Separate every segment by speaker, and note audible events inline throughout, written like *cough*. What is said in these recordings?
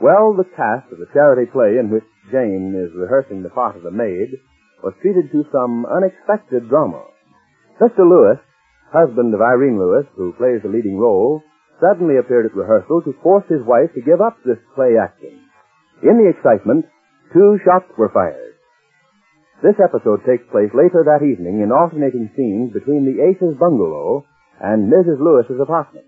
Speaker 1: Well, the cast of the charity play in which Jane is rehearsing the part of the maid was treated to some unexpected drama. Mr. Lewis, husband of Irene Lewis, who plays the leading role, suddenly appeared at rehearsal to force his wife to give up this play acting. In the excitement, two shots were fired. This episode takes place later that evening in alternating scenes between the Aces bungalow and Mrs. Lewis's apartment.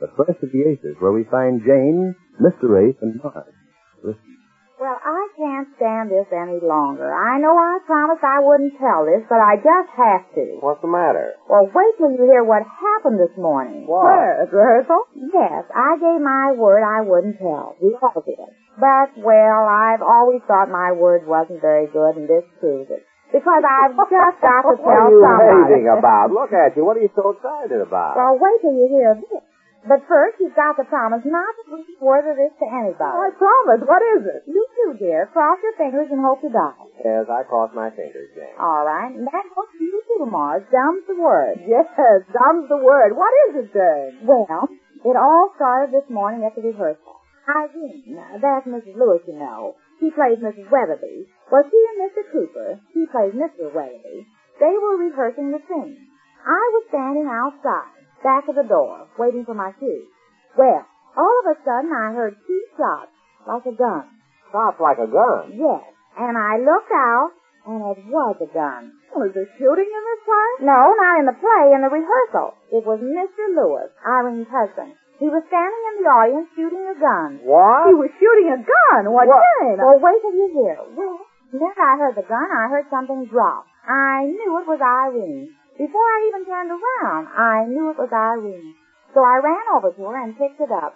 Speaker 1: The first of the Aces, where we find Jane, Mr. Ace, and Marge. Listen.
Speaker 2: Well, I can't stand this any longer. I know I promised I wouldn't tell this, but I just have to.
Speaker 3: What's the matter?
Speaker 2: Well, wait till you hear what happened this morning.
Speaker 3: What?
Speaker 4: Where? At rehearsal?
Speaker 2: Yes, I gave my word I wouldn't tell. We all did. But, well, I've always thought my word wasn't very good, and this proves it. Because I've just got
Speaker 3: What
Speaker 2: to tell
Speaker 3: are you
Speaker 2: somebody.
Speaker 3: raving
Speaker 2: *laughs*
Speaker 3: about? Look at you. What are you so excited about?
Speaker 2: Well, wait till you hear this. But first, you've got to promise not to breathe a word of this to
Speaker 4: I
Speaker 2: anybody.
Speaker 4: promise. What is it?
Speaker 2: You too, dear. Cross your fingers and hope to die.
Speaker 3: Yes, I crossed my fingers, Jane.
Speaker 2: All right? And that helps you too, Marge. Dumb's the word. *laughs*
Speaker 4: Yes, dumb's the word. What is it, then?
Speaker 2: Well, it all started this morning at the rehearsal. Irene, that's Mrs. Lewis, you know. She plays Mrs. Weatherby. Well, she and Mr. Cooper, he plays Mr. Weatherby, they were rehearsing the scene. I was standing outside, back of the door, waiting for my cue. Well, all of a sudden I heard two shots, like a gun.
Speaker 3: Shots like a gun.
Speaker 2: Yes, and I looked out, and it was a gun.
Speaker 4: Well, is there shooting in this place?
Speaker 2: No, not in the play, in the rehearsal. It was Mr. Lewis, Irene's husband. He was standing in the audience shooting a gun.
Speaker 4: He
Speaker 3: What?
Speaker 4: was shooting a gun. What,
Speaker 3: What?
Speaker 4: then?
Speaker 2: Well, wait till you hear. Well, minute I heard the gun, I heard something drop. I knew it was Irene. Before I even turned around, I knew it was Irene. So I ran over to her and picked it up.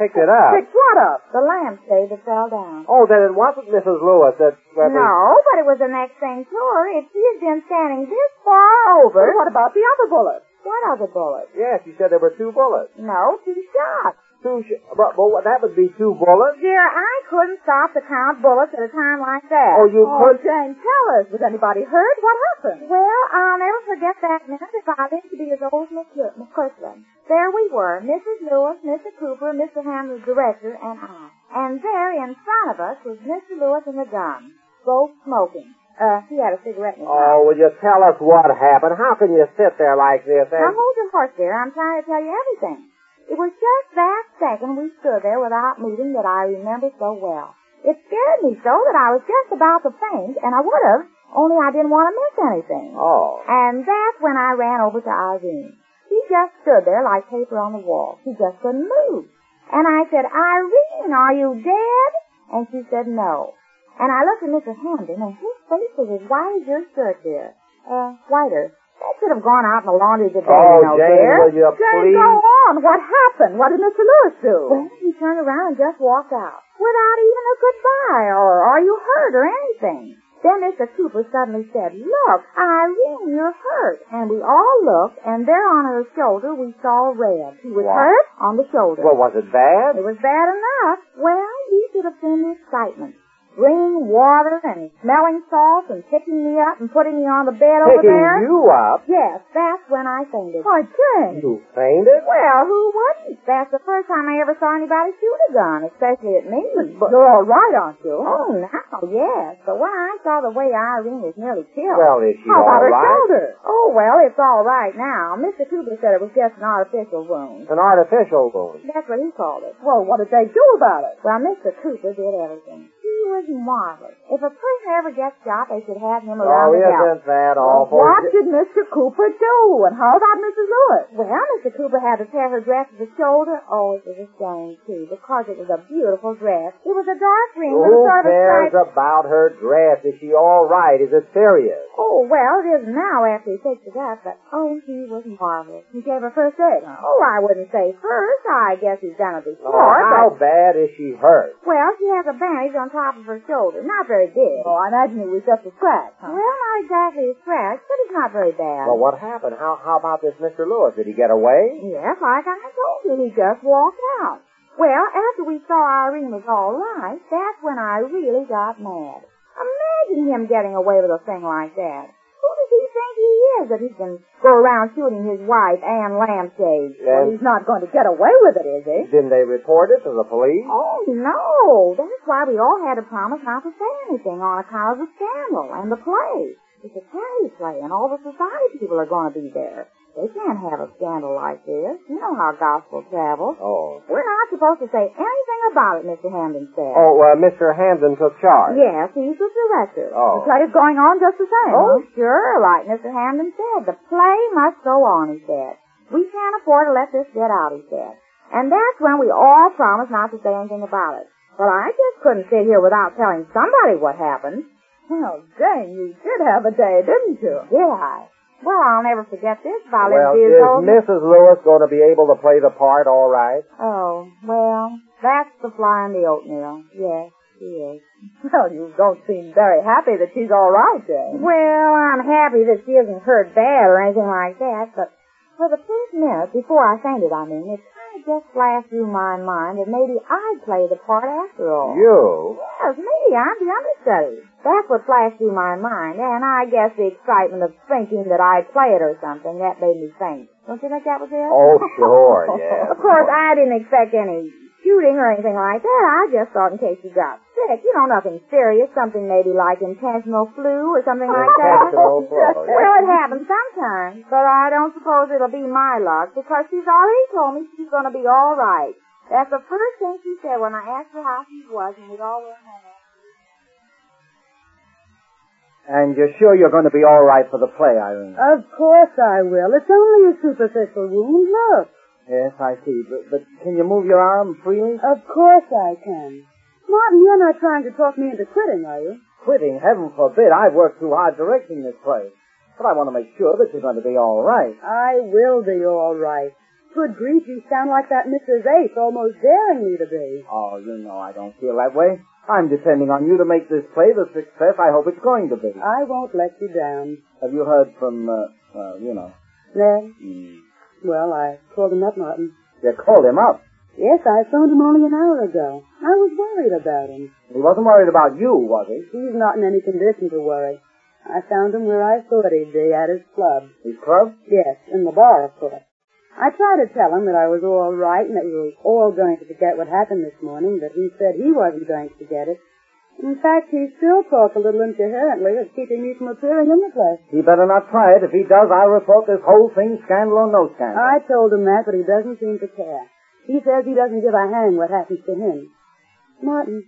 Speaker 3: Picked it up.
Speaker 4: Picked what up?
Speaker 2: The lampshade that fell down.
Speaker 3: Oh, then it wasn't Mrs. Lewis that... that
Speaker 2: No, but it was the next thing to her. If she had been standing this far over...
Speaker 4: Well, what about the other bullet?
Speaker 2: What other bullet?
Speaker 3: Yes, you said there were two bullets.
Speaker 2: No, two shots.
Speaker 3: Two sh- but, but what- that would be two bullets?
Speaker 2: Dear, I couldn't stop to count bullets at a time like that.
Speaker 3: Oh, you
Speaker 4: oh,
Speaker 3: could...
Speaker 4: Jane, tell us. Was anybody hurt? What happened?
Speaker 2: Well, I'll never forget that minute if I live to be as old as Miss Cl- Miss Kirkland. There we were, Mrs. Lewis, Mr. Cooper, Mr. Ham, the director, and I. And there in front of us was Mr. Lewis and the gun, both smoking. Uh, he had a cigarette in his
Speaker 3: Oh,
Speaker 2: mouth.
Speaker 3: will you tell us what happened? How can you sit there like this eh?
Speaker 2: Now
Speaker 3: and...
Speaker 2: hold your horse, dear. I'm trying to tell you everything. It was just that second we stood there without moving that I remember so well. It scared me so that I was just about to faint, and I would have, only I didn't want to miss anything.
Speaker 3: Oh.
Speaker 2: And that's when I ran over to Irene. She just stood there like paper on the wall. She just couldn't move. And I said, Irene, are you dead? And she said, no. And I looked at Mr. Hamden, and his face was as white as your shirt, dear. Uh, whiter. That should have gone out in the laundry today,
Speaker 3: Oh,
Speaker 2: you know,
Speaker 3: Jane,
Speaker 2: dear.
Speaker 3: will you
Speaker 4: Jane,
Speaker 3: please...
Speaker 4: go on. What happened? What did Mr. Lewis do?
Speaker 2: Well, he turned around and just walked out without even a goodbye or are you hurt or anything. Then Mr. Cooper suddenly said, Look, Irene, you're hurt. And we all looked, and there on her shoulder we saw red. She was
Speaker 3: What?
Speaker 2: hurt on the shoulder.
Speaker 3: Well, was it bad?
Speaker 2: it was bad enough. Well, you should have seen the excitement. Bringing water and smelling salts and picking me up and putting me on the bed over
Speaker 3: Picking
Speaker 2: there.
Speaker 3: you up?
Speaker 2: Yes, that's when I fainted.
Speaker 4: Why, Jane.
Speaker 3: You fainted?
Speaker 2: Well, who wouldn't? That's the first time I ever saw anybody shoot a gun, especially at me. But
Speaker 4: You're all right, aren't you?
Speaker 2: oh, now, yes. But when I saw the way Irene was nearly killed,
Speaker 3: Well, is she
Speaker 4: How about
Speaker 3: all
Speaker 4: her
Speaker 3: right?
Speaker 4: shoulder?
Speaker 2: oh well, it's all right now. Mr. Cooper said it was just an artificial wound.
Speaker 3: An artificial wound.
Speaker 2: That's what he called it.
Speaker 4: Well, what did they do about it?
Speaker 2: Well, Mr. Cooper did everything. He was marvelous. If a prisoner ever gets shot, they should have him
Speaker 3: Oh,
Speaker 2: around the gallows.
Speaker 3: isn't that awful?
Speaker 4: What did Mr. Cooper do? And how about Mrs. Lewis?
Speaker 2: Well, Mr. Cooper had to tear her dress to the shoulder. Oh, it was a shame, too, because it was a beautiful dress. It was a dark green with a
Speaker 3: Who
Speaker 2: sort of
Speaker 3: cares
Speaker 2: striped
Speaker 3: about her dress? Is she all right? Is it serious?
Speaker 2: Oh, well, it is now after he takes it up, but oh, he was marvelous. He gave her first aid. Oh, I wouldn't say first. I guess he's done it
Speaker 3: Oh,
Speaker 2: before.
Speaker 3: how
Speaker 2: but,
Speaker 3: bad is she hurt?
Speaker 2: well, she has a bandage on top of her shoulder. Not very big.
Speaker 4: Oh, I imagine it was just a scratch,
Speaker 2: Well,
Speaker 4: huh?
Speaker 2: not exactly a scratch, but it's not very bad.
Speaker 3: Well, what happened? How how about this Mr. Lewis? Did he get away?
Speaker 2: Yes, like I told you, he just walked out. Well, after we saw Irene was all right, that's when I really got mad. Imagine him getting away with a thing like that. Who does he think he is that he can go around shooting his wife, Anne Lampshade.
Speaker 3: Then
Speaker 4: Well, he's not going to get away with it, is he?
Speaker 3: didn't they report it to the police?
Speaker 2: Oh, no. That's why we all had to promise not to say anything on account of the scandal and the play. It's a charity play, and all the society people are going to be there. They can't have a scandal like this. You know how gospel travels.
Speaker 3: Oh.
Speaker 2: We're not supposed to say anything about it, Mr. Hamden said.
Speaker 3: Oh, uh, Mr. Hamden took charge.
Speaker 2: Yes, he's the director.
Speaker 3: Oh.
Speaker 2: The play is going on just the same.
Speaker 3: Oh.
Speaker 2: Oh, sure. Like Mr. Hamden said, the play must go on, he said. We can't afford to let this get out, he said. And that's when we all promised not to say anything about it. Well, I just couldn't sit here without telling somebody what happened.
Speaker 4: Well, Jane, you did have a day, didn't you?
Speaker 2: Did I? Well, I'll never forget this. if I
Speaker 3: Well,
Speaker 2: live to be
Speaker 3: is
Speaker 2: as old as-
Speaker 3: Mrs. Lewis going to be able to play the part all right?
Speaker 2: Oh, well, that's the fly in the oatmeal. Yes, she is. *laughs*
Speaker 4: Well, you don't seem very happy that she's all right, Jane.
Speaker 2: Well, I'm happy that she isn't hurt bad or anything like that, but for the first minute, before I fainted, I mean, it kind of just flashed through my mind that maybe I'd play the part after
Speaker 3: Oh.
Speaker 2: all.
Speaker 3: You?
Speaker 2: Yes, me, I'm the understudy. That's what flashed through my mind, and I guess the excitement of thinking that I'd play it or something, that made me faint. Don't you think that was it? *laughs*
Speaker 3: Oh, sure, yes.
Speaker 2: Of course, I didn't expect any shooting or anything like that. I just thought in case you got sick, you know, nothing serious, something maybe like intentional flu or something like that.
Speaker 3: Intentional flu, yeah.
Speaker 2: *laughs* Well, it happens sometimes, but I don't suppose it'll be my luck because she's already told me she's going to be all right. That's the first thing she said when I asked her how she was, and we all went home.
Speaker 3: And you're sure you're going to be all right for the play, Irene?
Speaker 4: Of course I will. It's only a superficial wound. Look.
Speaker 3: yes, I see. But, but can you move your arm freely?
Speaker 4: Of course I can. Martin, you're not trying to talk me into quitting, are you?
Speaker 3: Quitting, heaven forbid. I've worked too hard directing this play. But I want to make sure that you're going to be all right.
Speaker 4: I will be all right. Good grief, you sound like that Mrs. Ace, almost daring me to be.
Speaker 3: Oh, you know I don't feel that way. I'm depending on you to make this play the success I hope it's going to be.
Speaker 4: I won't let you down.
Speaker 3: Have you heard from, uh, uh you know,
Speaker 4: Then,
Speaker 3: mm,
Speaker 4: well, I called him up, Martin.
Speaker 3: you called him up.
Speaker 4: Yes, I phoned him only an hour ago. I was worried about him.
Speaker 3: He wasn't worried about you, was he?
Speaker 4: He's not in any condition to worry. I found him where I thought he'd be, at his club.
Speaker 3: His club?
Speaker 4: Yes, in the bar, of course. I tried to tell him that I was all right and that we were all going to forget what happened this morning, but he said he wasn't going to forget it. In fact, he still talked a little incoherently of keeping me from appearing in the place.
Speaker 3: He better not try it. If he does, I'll report this whole thing scandal or no scandal.
Speaker 4: I told him that, but he doesn't seem to care. He says he doesn't give a hang what happens to him. Martin,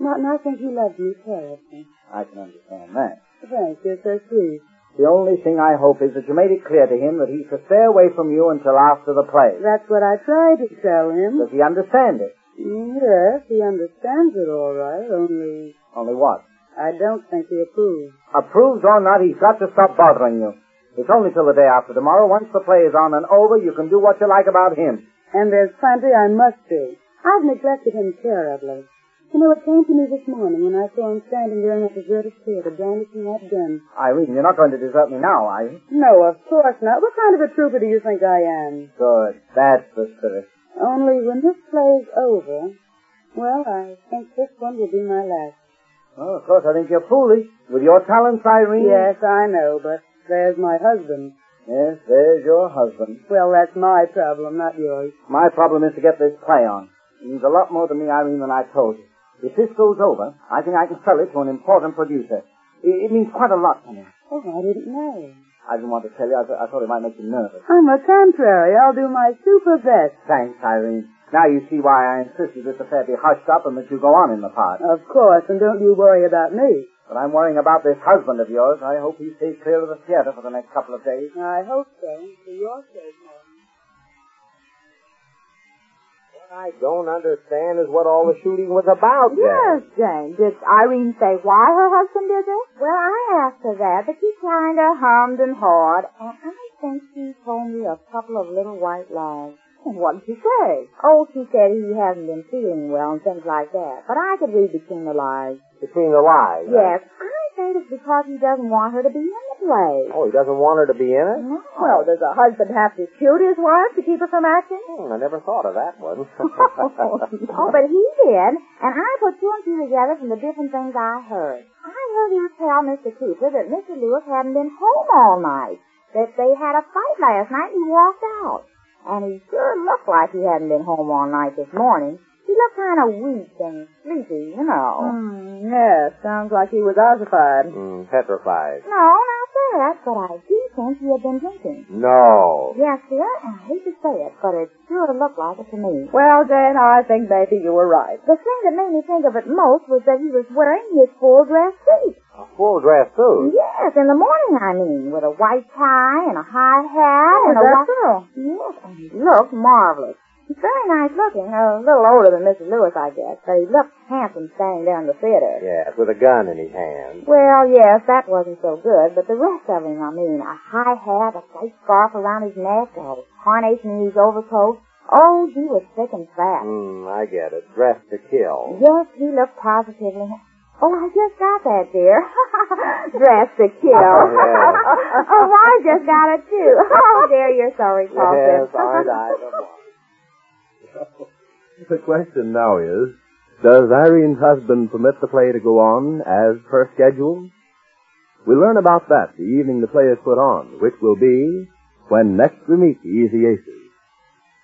Speaker 4: Martin, I think he loves me terribly.
Speaker 3: I can understand that.
Speaker 4: Thanks, you're so sweet.
Speaker 3: The only thing I hope is that you made it clear to him that he should stay away from you until after the play.
Speaker 4: That's what I tried to tell him.
Speaker 3: Does he understand it?
Speaker 4: Yes, he understands it all right, only
Speaker 3: Only what?
Speaker 4: I don't think he approves.
Speaker 3: Approved or not, he's got to stop bothering you. It's only till the day after tomorrow. Once the play is on and over, you can do what you like about him.
Speaker 4: And there's plenty I must do. I've neglected him terribly. You know, it came to me this morning when I saw him standing there in that deserted theater brandishing that gun.
Speaker 3: Irene, you're not going to desert me now, are you?
Speaker 4: No, of course not. What kind of a trooper do you think I am?
Speaker 3: Good. That's the spirit.
Speaker 4: Only when this play's over, well, I think this one will be my last.
Speaker 3: Well, of course, I think you're foolish. With your talents, Irene.
Speaker 4: Yes, I know, but there's my husband.
Speaker 3: Yes, there's your husband.
Speaker 4: Well, that's my problem, not yours.
Speaker 3: My problem is to get this play on. It means a lot more to me, Irene, than I told you. If this goes over, I think I can sell it to an important producer. It, it means quite a lot to me.
Speaker 4: Oh, I didn't know.
Speaker 3: I didn't want to tell you. I, th- I thought it might make you nervous.
Speaker 4: On the contrary, I'll do my super best.
Speaker 3: Thanks, Irene. Now you see why I insisted this affair be hushed up and that you go on in the part.
Speaker 4: Of course, and don't you worry about me.
Speaker 3: But I'm worrying about this husband of yours. I hope he stays clear of the theater for the next couple of days.
Speaker 4: I hope so, for your sake, Martin.
Speaker 3: What I don't understand is what all the shooting was about.
Speaker 2: Yes, Jane. Did Irene say why her husband did this? Well, I asked her that, but she kind of hummed and hawed, and I think she told me a couple of little white lies.
Speaker 4: What did you say?
Speaker 2: Oh, she said he hasn't been feeling well and things like that, but I could read between the lies.
Speaker 3: Between the lies.
Speaker 2: Yes, I think it's because he doesn't want her to be in the play.
Speaker 3: Oh, he doesn't want her to be in it?
Speaker 2: No.
Speaker 4: Well, does a husband have to shoot his wife to keep her from acting?
Speaker 3: Hmm, I never thought of that one.
Speaker 2: *laughs* Oh,
Speaker 3: *laughs*
Speaker 2: but he did, and I put two and two together from the different things I heard. I heard him tell Mr. Cooper that Mr. Lewis hadn't been home all night, that they had a fight last night and he walked out. And he sure looked like he hadn't been home all night this morning. He looked kind of weak and sleepy, you know.
Speaker 4: Hmm, yes, sounds like he was ossified.
Speaker 3: Mm, petrified.
Speaker 2: No, not that, but I do think he had been drinking.
Speaker 3: No.
Speaker 2: Yes, dear, and I hate to say it, but it sure looked like it to me.
Speaker 4: Well, Jane, I think maybe you were right.
Speaker 2: The thing that made me think of it most was that he was wearing his full dress suit.
Speaker 3: A full dress suit.
Speaker 2: Yes, in the morning, I mean, with a white tie and a high hat and a white...
Speaker 4: so?
Speaker 2: Yes, and he looked marvelous. He's very nice looking, a little older than Mrs. Lewis, I guess, but he looked handsome standing there in the theater.
Speaker 3: Yes, with a gun in his hand.
Speaker 2: Well, yes, that wasn't so good, but the rest of him, I mean, a high hat, a white scarf around his neck, a carnation in his overcoat. Oh, he was thick and fast.
Speaker 3: Mm, I get it. Dressed to kill.
Speaker 2: Yes, he looked positively. Oh, I just got that, dear. *laughs* Dress to kill.
Speaker 3: Oh, Yeah.
Speaker 2: *laughs* oh, I just got it too. *laughs* Oh, dear, you're sorry,
Speaker 3: Yes,
Speaker 2: Carlton.
Speaker 3: I died. *laughs* The question now is, does Irene's husband permit the play to go on as per schedule? We'll learn about that the evening the play is put on, which will be when next we meet the Easy Aces.